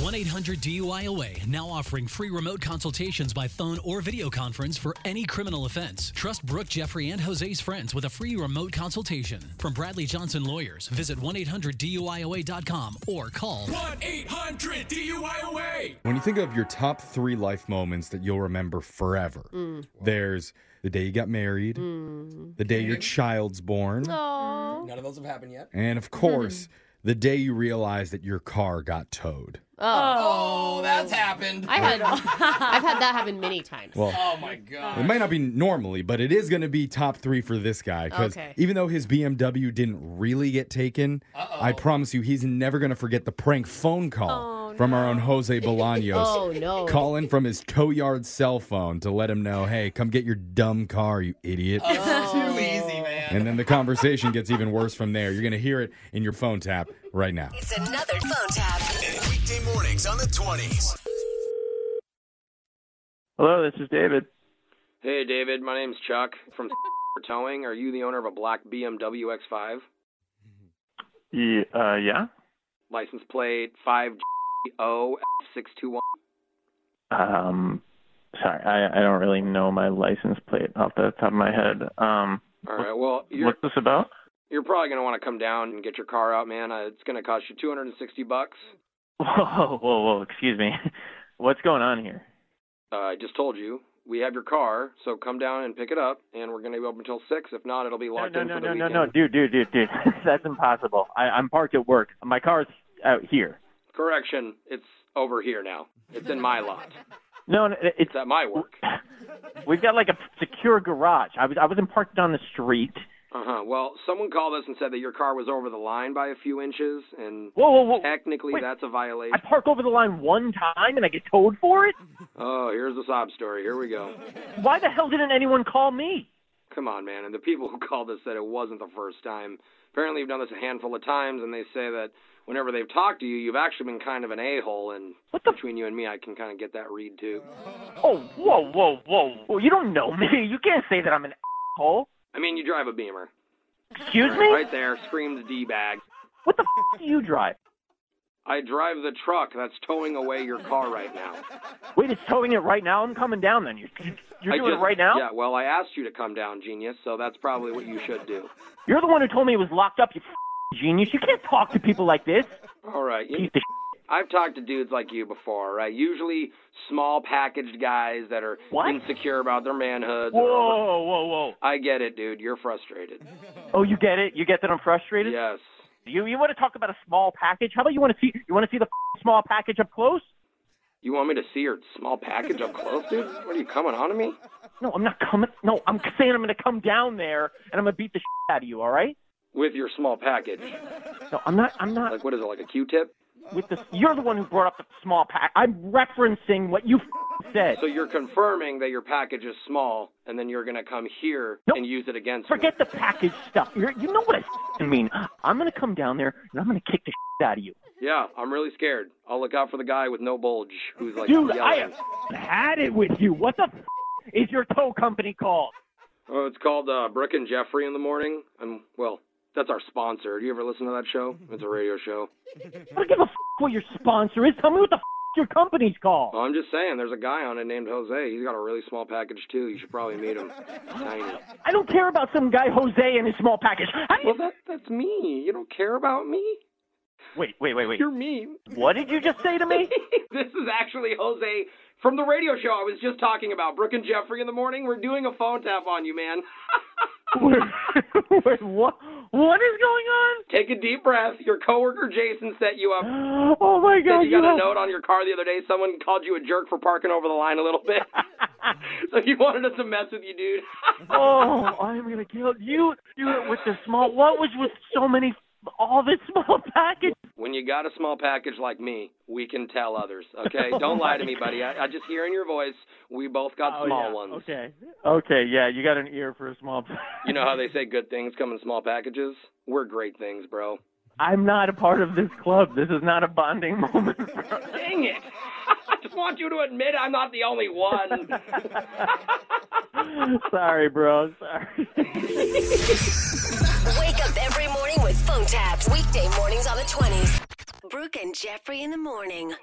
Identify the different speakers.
Speaker 1: 1 800 DUIOA now offering free remote consultations by phone or video conference for any criminal offense. Trust Brooke, Jeffrey, and Jose's friends with a free remote consultation. From Bradley Johnson Lawyers, visit 1 800 DUIOA.com or call
Speaker 2: 1 800 DUIOA.
Speaker 3: When you think of your top three life moments that you'll remember forever,
Speaker 4: Mm.
Speaker 3: there's the day you got married, the day your child's born,
Speaker 4: Oh,
Speaker 5: None of those have happened yet.
Speaker 3: and of course, the day you realize that your car got towed.
Speaker 5: Oh, that's happened.
Speaker 4: I had I've had that happen many times.
Speaker 3: Well,
Speaker 5: oh my god.
Speaker 3: it might not be normally, but it is going to be top three for this guy because
Speaker 4: Okay.
Speaker 3: even though his BMW didn't really get taken, I promise you he's never going to forget the prank phone call from our own Jose Bolaños.
Speaker 4: oh no.
Speaker 3: calling from his tow yard cell phone to let him know, hey, come get your dumb car, you idiot.
Speaker 5: It's too easy, man.
Speaker 3: And then the conversation gets even worse from there. You're going to hear it in your phone tap right now.
Speaker 6: It's another phone tap.
Speaker 7: Weekday mornings on the 20s.
Speaker 8: Hello, this is David.
Speaker 5: Hey, David. My name's Chuck from Towing. Are you the owner of a black BMW X5?
Speaker 8: Ye- uh, yeah?
Speaker 5: License plate 5 O 621
Speaker 8: Um, sorry, I, I don't really know my license plate off the top of my head. Um,
Speaker 5: All right. Well, you're
Speaker 8: what's this about?
Speaker 5: you're probably gonna want to come down and get your car out, man. Uh, it's gonna cost you 260 bucks.
Speaker 8: Whoa, whoa, whoa, excuse me. What's going on here?
Speaker 5: Uh, I just told you we have your car, so come down and pick it up, and we're gonna be open until six. If not, it'll be
Speaker 8: No,
Speaker 5: locked
Speaker 8: no,
Speaker 5: in
Speaker 8: no,
Speaker 5: for the
Speaker 8: no, no,
Speaker 5: weekend.
Speaker 8: no, dude, dude, dude, dude. That's impossible. I, I'm parked at work. My car's out here.
Speaker 5: Correction. It's over here now. It's in my lot.
Speaker 8: No, no, it- it's
Speaker 5: It's at my work. Uh
Speaker 8: we've got like a secure garage. I was I wasn't parked down the street.
Speaker 5: huh. Uh-huh, Well, someone called us and said that your car was over the line by a few inches, and
Speaker 8: Whoa, whoa, whoa!
Speaker 5: technically
Speaker 8: Wait.
Speaker 5: that's a violation.
Speaker 8: I park over the line one time and I get towed for it.
Speaker 5: Oh, here's the sob story. Here we go.
Speaker 8: Why the hell didn't anyone call me?
Speaker 5: Come on, man. And the people who called us said it wasn't the first time. Apparently, you've done this a handful of times, and they say that whenever they've talked to you, you've actually been kind of an a hole. And
Speaker 8: What the
Speaker 5: between you and me, I can kind of get that read, too.
Speaker 8: Oh, whoa, whoa, whoa. Well, you don't know me. You can't say that I'm an asshole.
Speaker 5: I mean, you drive a Beamer.
Speaker 8: Excuse
Speaker 5: Right,
Speaker 8: me?
Speaker 5: right there, screams D bag.
Speaker 8: What the f- do you drive?
Speaker 5: I drive the truck that's towing away your car right now.
Speaker 8: Wait, it's towing it right now? I'm coming down then. You're, you're
Speaker 5: I
Speaker 8: doing
Speaker 5: just-
Speaker 8: it right now?
Speaker 5: Yeah, well, I asked you to come down, genius, so that's probably what you should do.
Speaker 8: You're the one who told me it was locked up, you f- genius. You can't talk to people like this.
Speaker 5: All right. You,
Speaker 8: Piece of
Speaker 5: I've talked to dudes like you before, right? Usually small packaged guys that are
Speaker 8: What?
Speaker 5: insecure about their manhood.
Speaker 8: Whoa, whoa, whoa.
Speaker 5: I get it, dude. You're frustrated.
Speaker 8: Oh, you get it? You get that I'm frustrated?
Speaker 5: Yes.
Speaker 8: You, you want to talk about a small package? How about you want to see you want to see the f- small package up close?
Speaker 5: You want me to see your small package up close, dude? What are you coming on to me?
Speaker 8: No, I'm not coming. No, I'm saying I'm going to come down there and I'm going to beat the shit out of you, all right?
Speaker 5: With your small package.
Speaker 8: No, I'm not I'm not
Speaker 5: Like, what is it, like a Q-tip?
Speaker 8: with the you're the one who brought up the small pack. I'm referencing what you f- said.
Speaker 5: So you're confirming that your package is small, and then you're going to come here
Speaker 8: Nope.
Speaker 5: and use it against
Speaker 8: Forget
Speaker 5: me.
Speaker 8: the package stuff. You're, you know what I f- mean. I'm gonna come down there and I'm gonna kick the shit out of you,
Speaker 5: Yeah, I'm really scared. I'll look out for the guy with no bulge who's, like,
Speaker 8: dude.
Speaker 5: yelling.
Speaker 8: I have had it with you. What the f- is your tow company called?
Speaker 5: Oh, it's called uh, Brooke and Jeffrey in the Morning. And, well, that's our sponsor. Do you ever listen to that show? It's a radio show.
Speaker 8: I don't give a f- what your sponsor is. Tell me what the f- your company's called.
Speaker 5: Well, I'm just saying, there's a guy on it named Jose. He's got a really small package, too. You should probably meet him. Tiny.
Speaker 8: I don't care about some guy Jose and his small package. I,
Speaker 5: Well, that that's me. You don't care about me.
Speaker 8: wait, wait, wait, wait.
Speaker 5: You're mean.
Speaker 8: What did you just say to me?
Speaker 5: this is actually Jose from the radio show I was just talking about. Brooke and Jeffrey in the morning. We're doing a phone tap on you, man.
Speaker 8: wait, wait, what? What is going on?
Speaker 5: Take a deep breath. Your coworker Jason set you up.
Speaker 8: Oh my
Speaker 5: Said
Speaker 8: God!
Speaker 5: you got a
Speaker 8: have-
Speaker 5: note on your car the other day. Someone called you a jerk for parking over the line a little bit. so he wanted us to mess with you, dude.
Speaker 8: oh, I'm gonna kill you! You with the small. What was with so many? All this small package.
Speaker 5: when you got a small package like me, we can tell others. Okay? Don't lie to me, buddy. I, I just hear in your voice we both got small ones.
Speaker 8: Okay. Okay. Yeah, you got an ear for a small.
Speaker 5: You know how they say good things come in small packages? We're great things, bro.
Speaker 8: I'm not a part of this club. This is not a bonding moment. bro.
Speaker 5: Dang it! I just want you to admit I'm not the only one.
Speaker 8: Sorry, bro. Sorry.
Speaker 6: Wake up every morning with phone taps. Weekday mornings on the 20s. Brooke and Jeffrey in the morning.